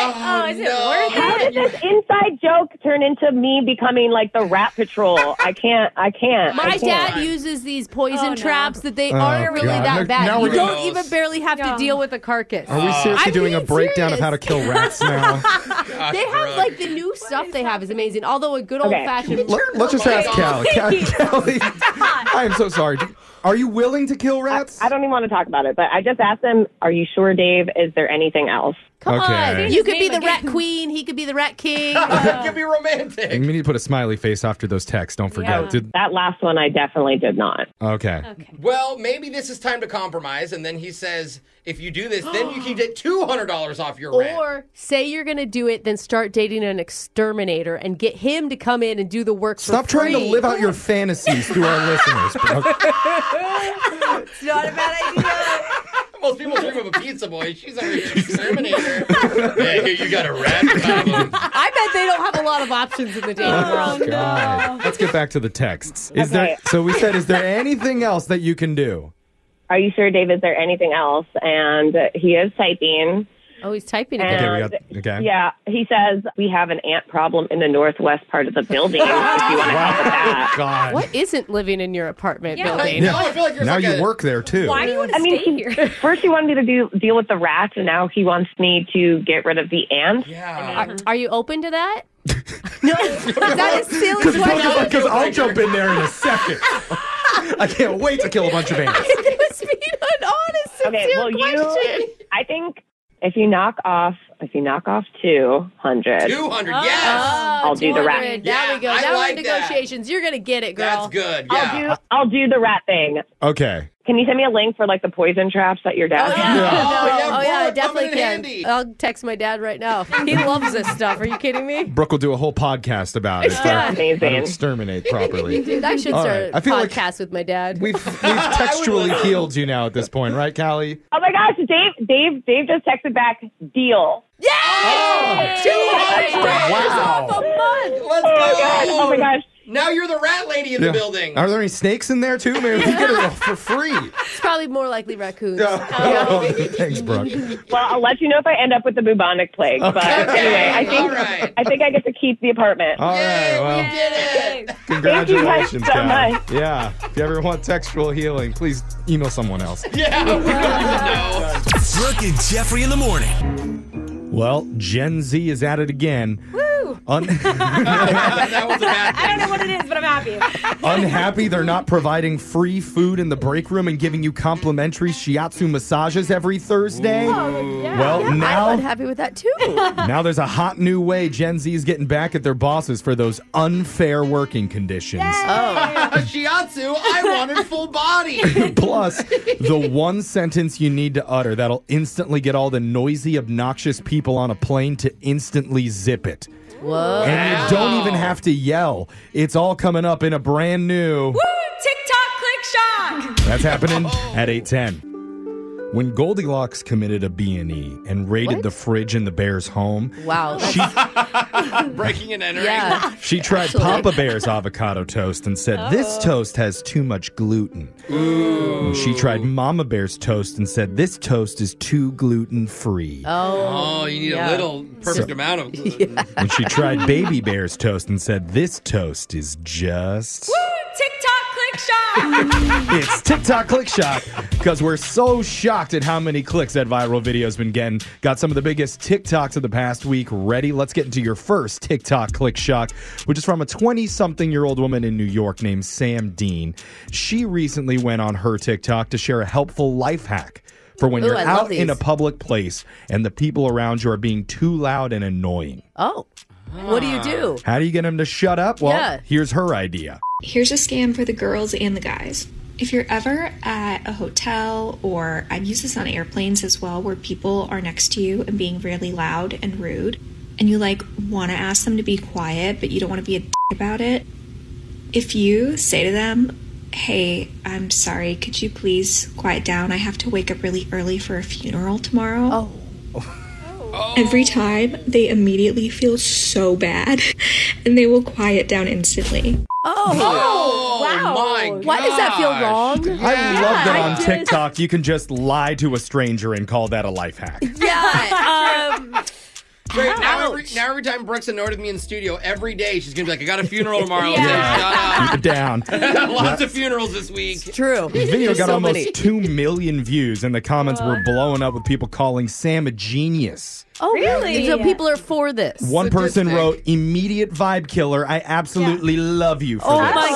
Oh, is it worth it? How did this inside joke turn into me becoming like the rat patrol? I can't. I can't. I My can't. dad uses these poison Oh, no. traps that they Oh, aren't really God. Now- that bad. now you we're don't getting- even barely have Yeah. to deal with a carcass. Are we seriously I'm doing a being breakdown of serious. how to kill rats now? Gosh, they have Brooke. like the new stuff they have is amazing. Although a good old Okay. fashioned Let, us just ask Cal. Cal Callie, I am so sorry. Are you willing to kill rats? I don't even want to talk about it, but I just asked him, "Are you sure, Dave? Is there anything else?" Come Okay. on, you could be Name the rat again. queen. He could be the rat king. that could be romantic. We need to put a smiley face after those texts. Don't forget. Did- That last one, I definitely did not. okay. Well, maybe this is time to compromise. And then he says, if you do this, then you can get $200 off your rent. Or say you're going to do it, then start dating an exterminator and get him to come in and do the work. Stop for trying to free. live out your fantasies through our listeners, bro. It's not a bad idea. Most people dream of a pizza boy. She's an exterminator. yeah, here you got a rat problem. I bet they don't have a lot of options in the dating Oh, world. God. Let's get back to the texts. Is Okay. there? So we said, is there anything else that you can do? Are you sure, Dave? Is there anything else? And he is typing. Oh, he's typing And again. Okay, we got- okay. Yeah, he says we have an ant problem in the northwest part of the building. if you want to help with that. God. What isn't living in your apartment Yeah. building? Now I feel like there's Now like you a- work there too. Why do you want to I mean, stay he- here? first he wanted me to do, deal with the rats, and now he wants me to get rid of the ants. Yeah. uh-huh. Are, are you open to that? no, that is silly. Because question. I'll jump in there in a second. I can't wait to kill a bunch of ants. It was being honest. Okay, well question. you, I think if you knock off, if you knock off two hundred, 200 yes. Oh, I'll do the rat. 200. Yeah, There we go. I Now like we're in that. negotiations. You're gonna get it, girl. That's good. I'll Yeah. do, I'll do the rat thing. Okay. Can you send me a link for like the poison traps at your desk? Oh, No. yeah, Oh, yeah, I bullet definitely coming in can. handy. I'll text my dad right now. He loves this stuff. Are you kidding me? Brooke will do a whole podcast about it. Yeah. How to Amazing. exterminate properly. Dude, I should All start right. a I feel like- podcast with my dad. We've, we've textually healed you now at this point, right, Callie? Oh my gosh, Dave, Dave, Dave just texted back, deal. Wow. Let's Oh my go. gosh, oh my gosh. Now you're the rat lady in Yeah. the building. Are there any snakes in there too? Maybe we can get it all for free. It's probably more likely raccoons. Oh, Thanks, Brooke. Well, I'll let you know if I end up with the bubonic plague. But anyway, I All think right. I think I get to keep the apartment. All right. Well, Did it. congratulations, Thank you guys so Callie. much. Yeah. If you ever want textual healing, please email someone else. Yeah. we already know. Brooke and Jeffrey in the morning. Well, Gen Z is at it again. Woo! that was a bad I don't know what it is, but I'm happy. unhappy they're not providing free food in the break room and giving you complimentary shiatsu massages every Thursday? Well, I'm now unhappy with that too. now there's a hot new way Gen Z is getting back at their bosses for those unfair working conditions. Shiatsu, I wanted full body. Plus, the one sentence you need to utter that'll instantly get all the noisy, obnoxious people on a plane to instantly zip it. Whoa. And you don't even have to yell. It's all coming up in a brand new. TikTok click shock. That's happening at 8:10. When Goldilocks committed a B&E and raided What? the fridge in the bear's home, Wow. that's- she Breaking and entering. yeah. she tried Actually. Oh. Papa Bear's avocado toast and said this toast has too much gluten. And she tried Mama Bear's toast and said this toast is too gluten-free. Oh. Oh, you need a Yeah. little perfect amount of gluten. And she tried Baby Bear's toast and said this toast is just TikTok click shock. It's TikTok click shock because we're so shocked at how many clicks that viral video's been getting. Got some of the biggest TikToks of the past week ready. Let's get into your first TikTok click shock, which is from a 20 something year old woman in New York named Sam Dean. She recently went on her TikTok to share a helpful life hack. For when Ooh, you're I love out in a these. public place and the people around you are being too loud and annoying, Oh. What do you do? how do you get them to shut up? Well, Yeah. here's her idea. Here's a scam for the girls and the guys. If you're ever at a hotel, or I've used this on airplanes as well, where people are next to you and being really loud and rude, and you like want to ask them to be quiet, but you don't want to be a d- about it, if you say to them, Hey, I'm sorry, could you please quiet down? I have to wake up really early for a funeral tomorrow. Oh. Every time, they immediately feel so bad and they will quiet down instantly. Oh, wow. Why does that feel wrong? I love that on TikTok you can just lie to a stranger and call that a life hack. Yeah. Great. Now every, now every time Brooks annoyed me in studio, every day she's gonna be like, "I got a funeral tomorrow." Keep it down. Shut up. Lots That of funerals this week. It's true. video got almost 2 million views, and the comments were blowing up with people calling Sam a genius. Oh, Really? So people are for this. One person wrote, immediate vibe killer. I absolutely love you for Oh this. my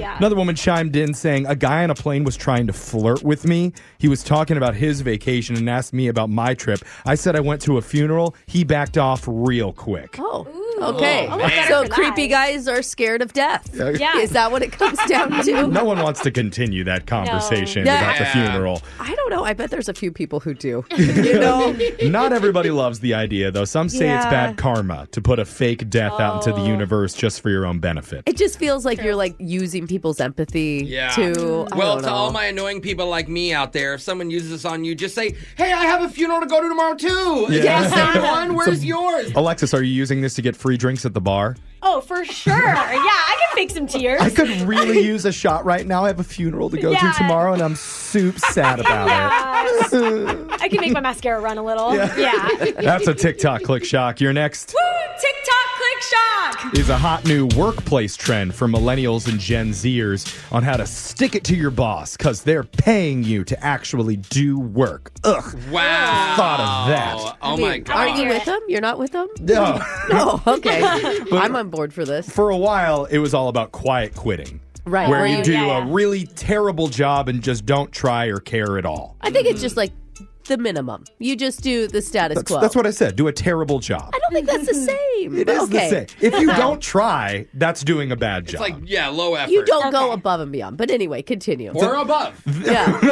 god. Another woman chimed in saying, A guy on a plane was trying to flirt with me. He was talking about his vacation and asked me about my trip. I said I went to a funeral. He backed off real quick. Oh. Okay. Oh, man. so creepy guys are scared of death. Yeah. Yeah. Is that what it comes down to? No one wants to continue that conversation No. about the Yeah. funeral. I don't know. I bet there's a few people who do. You know? Not everybody loves the idea, though. Some say it's Yeah. Oh. bad karma to put a fake death out into the universe just for your own benefit. It just feels like you're like using people's empathy Yeah. to I well, don't to all know. my annoying people like me out there, if someone uses this on you, just say, "Hey, I have a funeral to go to tomorrow too." Is Yeah. Oh, that the same one? Where's Some- yours? Alexis, are you using this to get free drinks at the bar? Oh, for sure. yeah, I can fake some tears. I could really use a shot right now. I have a funeral to go Yeah. to tomorrow, and I'm soup sad about it. Uh, I can make my mascara run a little. Yeah. That's a TikTok click shock. Your next Woo! TikTok click shock. is a hot new workplace trend for millennials and Gen Zers on how to stick it to your boss because they're paying you to actually do work. Ugh. Wow. Thought of that. Oh my god. Are you with them? You're not with them? No. No. Okay. But- I'm on board for this. For a while, it was all about quiet quitting. Right. Where Right. you do Yeah, a really terrible job and just don't try or care at all. I think it's just like the minimum. You just do the status That's, quo. that's what I said. Do a terrible job. I don't think that's the same. It is okay. the same. If you don't try, that's doing a bad job. yeah, low effort. You don't go above and beyond. But anyway, continue. Or above.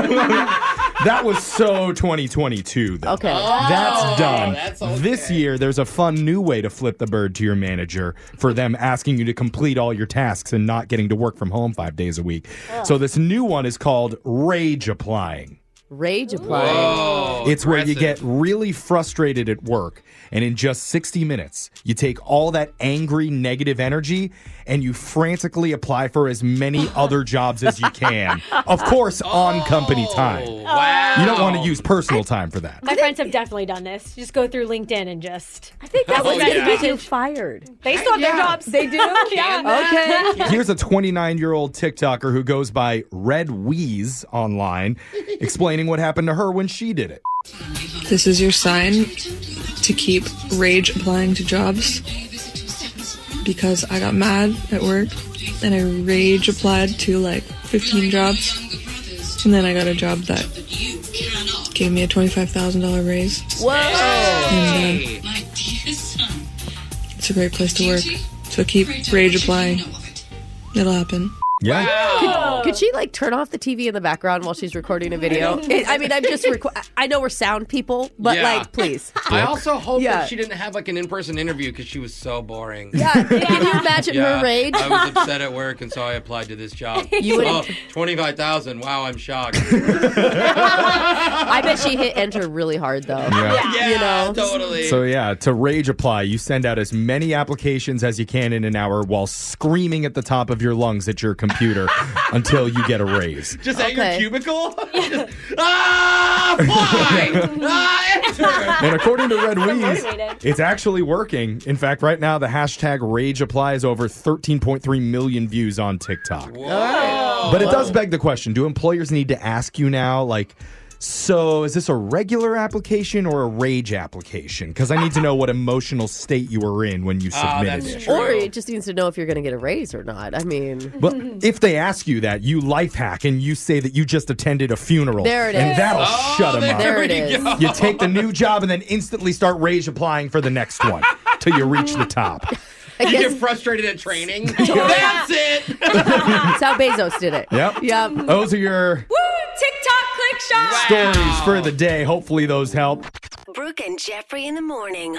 that was so 2022, though. Okay. Oh, that's done. that's This year, there's a fun new way to flip the bird to your manager for them asking you to complete all your tasks and not getting to work from home five days a week. So, this new one is called rage applying. Rage applying. it's where you get really frustrated at work, and in just 60 minutes, you take all that angry, negative energy and you frantically apply for as many other jobs as you can. Of course, on company time. wow. You don't want to use personal time for that. My friends have definitely done this. Just go through LinkedIn and just. I think that was when yeah. you fired. They still have their jobs. They do? yeah. Okay. Here's a 29 year old TikToker who goes by Red Wheeze online explaining what happened to her when she did it. This is your sign to keep rage applying to jobs because I got mad at work and I rage applied to like 15 jobs and then I got a job that gave me a $25,000 raise. Whoa! And, uh, it's a great place to work. So keep rage applying. It'll happen. Yeah. Could, could she like turn off the TV in the background while she's recording a video? It- I mean, I'm just. Requ- I know we're sound people, but Yeah. like, please. I also hope Yeah. that she didn't have like an in-person interview because she was so boring. Can you imagine Yeah, her rage? I was upset at work, and so I applied to this job. You would- oh, twenty-five thousand. Wow, I'm shocked. I bet she hit enter really hard though. Yeah. you know, totally. So, yeah, to rage apply, you send out as many applications as you can in an hour while screaming at the top of your lungs at your computer until you get a raise. Just at your Okay. cubicle. Just, ah, fly. ah, enter. And according to Red Wheeze, motivated. it's actually working. In fact, right now, the hashtag rage apply is over 13.3 million views on TikTok. But it does beg the question do employers need to ask you now, like, so is this a regular application or a rage application? Because I need to know what emotional state you were in when you submitted it. Or it just needs to know if you're going to get a raise or not. I mean, But if they ask you that, you life hack and you say that you just attended a funeral. There it and is. that'll Oh, shut them up. there it There it is. is. You take the new job and then instantly start rage applying for the next one till you reach the top. I You get guess- frustrated at training. Yeah. That's it. that's how Bezos did it. Yep. Yep. Those are your Woo! TikTok click shock. stories for the day. Hopefully those help. Brooke and Jeffrey in the morning.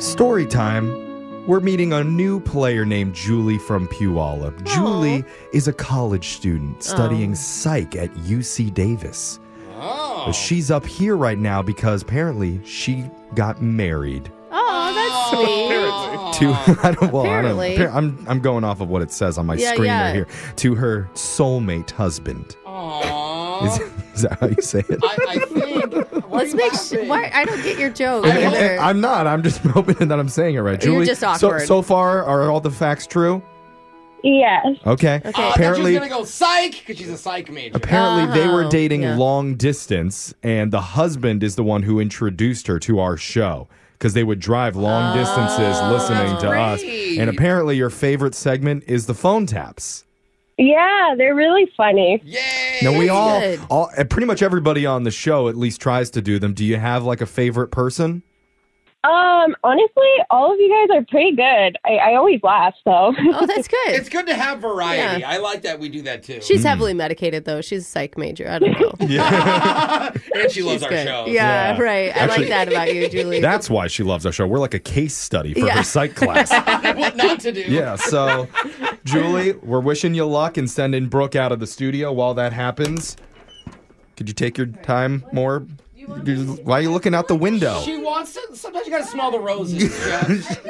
Story time. we're meeting a new player named Julie from Puyallup. Julie is a college student studying psych at UC Davis. Oh. But she's up here right now because apparently she got married Oh, that's sweet. to I don't, well, I don't, Um, Apparently. appar- I'm I'm going off of what it says on my Yeah, screen yeah. right here to her soulmate husband. Is, Oh. is that how you say it? Let's make sure. Why, I don't get your joke. And- and- and I'm not. I'm just hoping that I'm saying it right. You're Julie, just so, awkward. so far, are all the facts true? Yes. Okay. Oh, Uh, I thought she was Apparently, gonna go psych because she's a psych major. apparently they Oh, were dating long distance, and the husband is the one who introduced her to our show because they would drive long distances Oh, listening to us. And apparently, your favorite segment is the phone taps. Yeah, they're really funny. Now we That's all, good. all, uh, pretty much everybody on the show at least tries to do them. Do you have like a favorite person? Um, honestly, all of you guys are pretty good. I, I always laugh, so. Oh, that's good. It's good to have variety. I like that we do that too. She's Hmm. heavily medicated, though. She's a psych major. I don't know. and she loves She's our good. show. Yeah, Yeah. right. I Actually- like that about you, Julie. That's why she loves our show. We're like a case study for Yeah. her psych class. what not to do? yeah. So, Julie, we're wishing you luck and sending Brooke out of the studio while that happens. Could you take your time more? You- Why are you looking out the window? She wants to. Sometimes you gotta smell the roses. Jeff.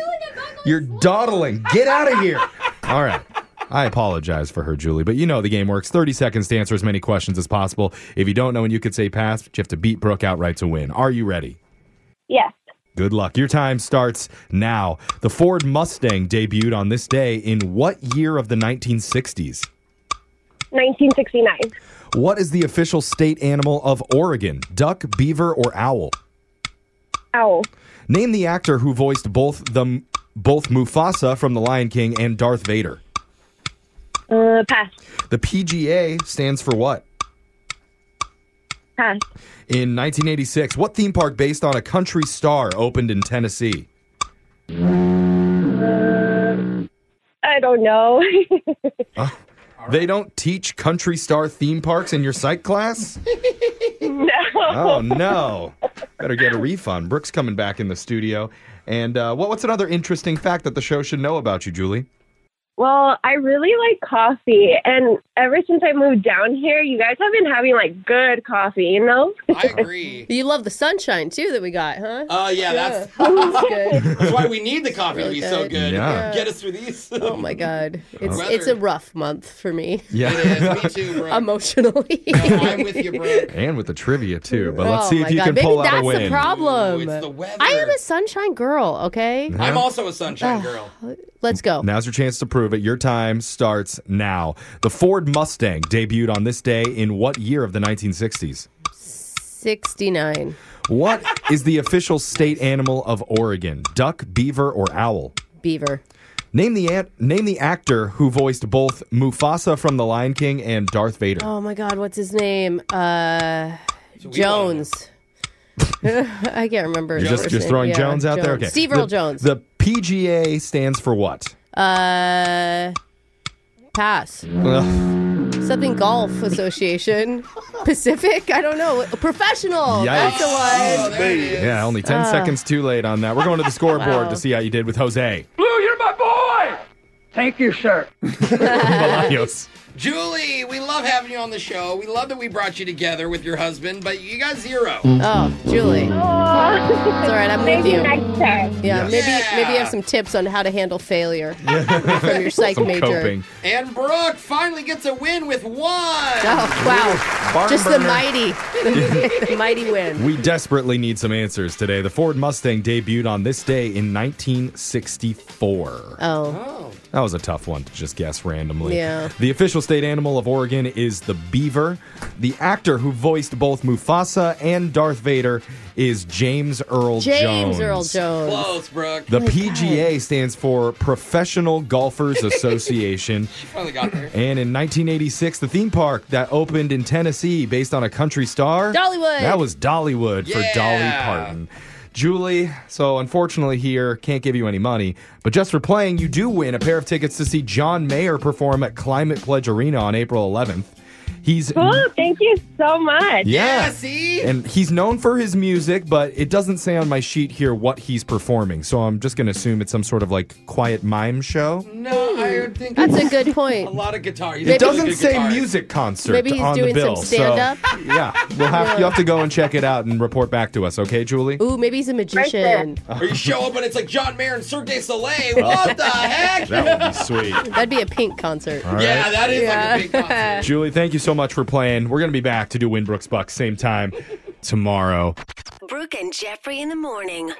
You're dawdling. Get out of here. All right. I apologize for her, Julie, but you know the game works. 30 seconds to answer as many questions as possible. If you don't know and you could say pass, but you have to beat Brooke outright to win. Are you ready? Yes. Good luck. Your time starts now. The Ford Mustang debuted on this day in what year of the 1960s? 1969. What is the official state animal of Oregon? Duck, beaver, or owl? Owl. Name the actor who voiced both the both Mufasa from The Lion King and Darth Vader. Uh, pass. The PGA stands for what? Pass. In 1986, what theme park based on a country star opened in Tennessee? I don't know. They don't teach country star theme parks in your psych class? no. Oh, no. Better get a refund. Brooke's coming back in the studio. And uh, what, what's another interesting fact that the show should know about you, Julie? Well, I really like coffee, and ever since I moved down here, you guys have been having like good coffee, you know? I agree. You love the sunshine, too, that we got, huh? Oh yeah, that's Oh. That's good. that's why we need the coffee to be so good. good. Yeah. Get us through these. Oh, my God. It's, Weather. it's a rough month for me. Yeah. Me too, bro. Emotionally, I'm with you, bro. and with the trivia, too. But let's Oh see if my you God. can Maybe pull out that's a win. the problem. Ooh, it's the weather. I am a sunshine girl. Okay, I'm also a sunshine girl. let's go. Now's your chance to prove it. Your time starts now. The Ford Mustang debuted on this day in what year of the 1960s? Sixty-nine. What is the official state animal of Oregon? Duck, beaver, or owl? Beaver. Name the an- name the actor who voiced both Mufasa from The Lion King and Darth Vader. Oh my God, what's his name? Uh, Jones. I can't remember. You're his just first just name. throwing Yeah, Jones out there. Okay, Steve The- Earl Jones. The PGA stands for what? uh, pass. Ugh, Something Golf Association. Pacific. I don't know. Professional. That's the Yikes. one. yeah, only ten Ah. seconds too late on that. We're going to the scoreboard Wow. to see how you did with Jose Blue, you're my boy. Thank you, sir. Balaños. Julie, we love having you on the show. We love that we brought you together with your husband, but you got zero. Mm. Oh, Julie. It's all right. I'm with you. time. Yeah, Yes. maybe Yeah. maybe you have some tips on how to handle failure from your psych Some major. coping. And Brooke finally gets a win with one. Oh wow! Barn Just the burner. mighty, the, mighty win. We desperately need some answers today. The Ford Mustang debuted on this day in 1964. Oh, That was a tough one to just guess randomly. Yeah. The official state animal of Oregon is the beaver. The actor who voiced both Mufasa and Darth Vader is James Earl Jones. James Earl Jones. Oh Close, Brooke. The PGA stands for Professional Golfers Association. Finally got there. And in 1986, the theme park that opened in Tennessee based on a country star. Dollywood. That was Dollywood for Dolly Yeah. Parton. Julie, so unfortunately here, can't give you any money, but just for playing, you do win a pair of tickets to see John Mayer perform at Climate Pledge Arena on April 11th. He's Cool. Oh, Thank you so much. And he's known for his music, but it doesn't say on my sheet here what he's performing. So I'm just going to assume it's some sort of like quiet mime show. No, I think that's a good point. A lot of guitar. He's it a really doesn't good say guitarist. music concert Maybe he's on doing the bill. some stand-up. So, yeah, we'll have you have to go and check it out and report back to us, okay, Julie? Ooh, maybe he's a magician. there. Or you show up and it's like John Mayer and Sergei Soleil. What the heck? That'd be a pink concert. All right. Yeah, that is like a big concert. Julie, thank you so much for playing. We're going to be back to do Winbrooks Bucks same time tomorrow. Brooke and Jeffrey in the morning.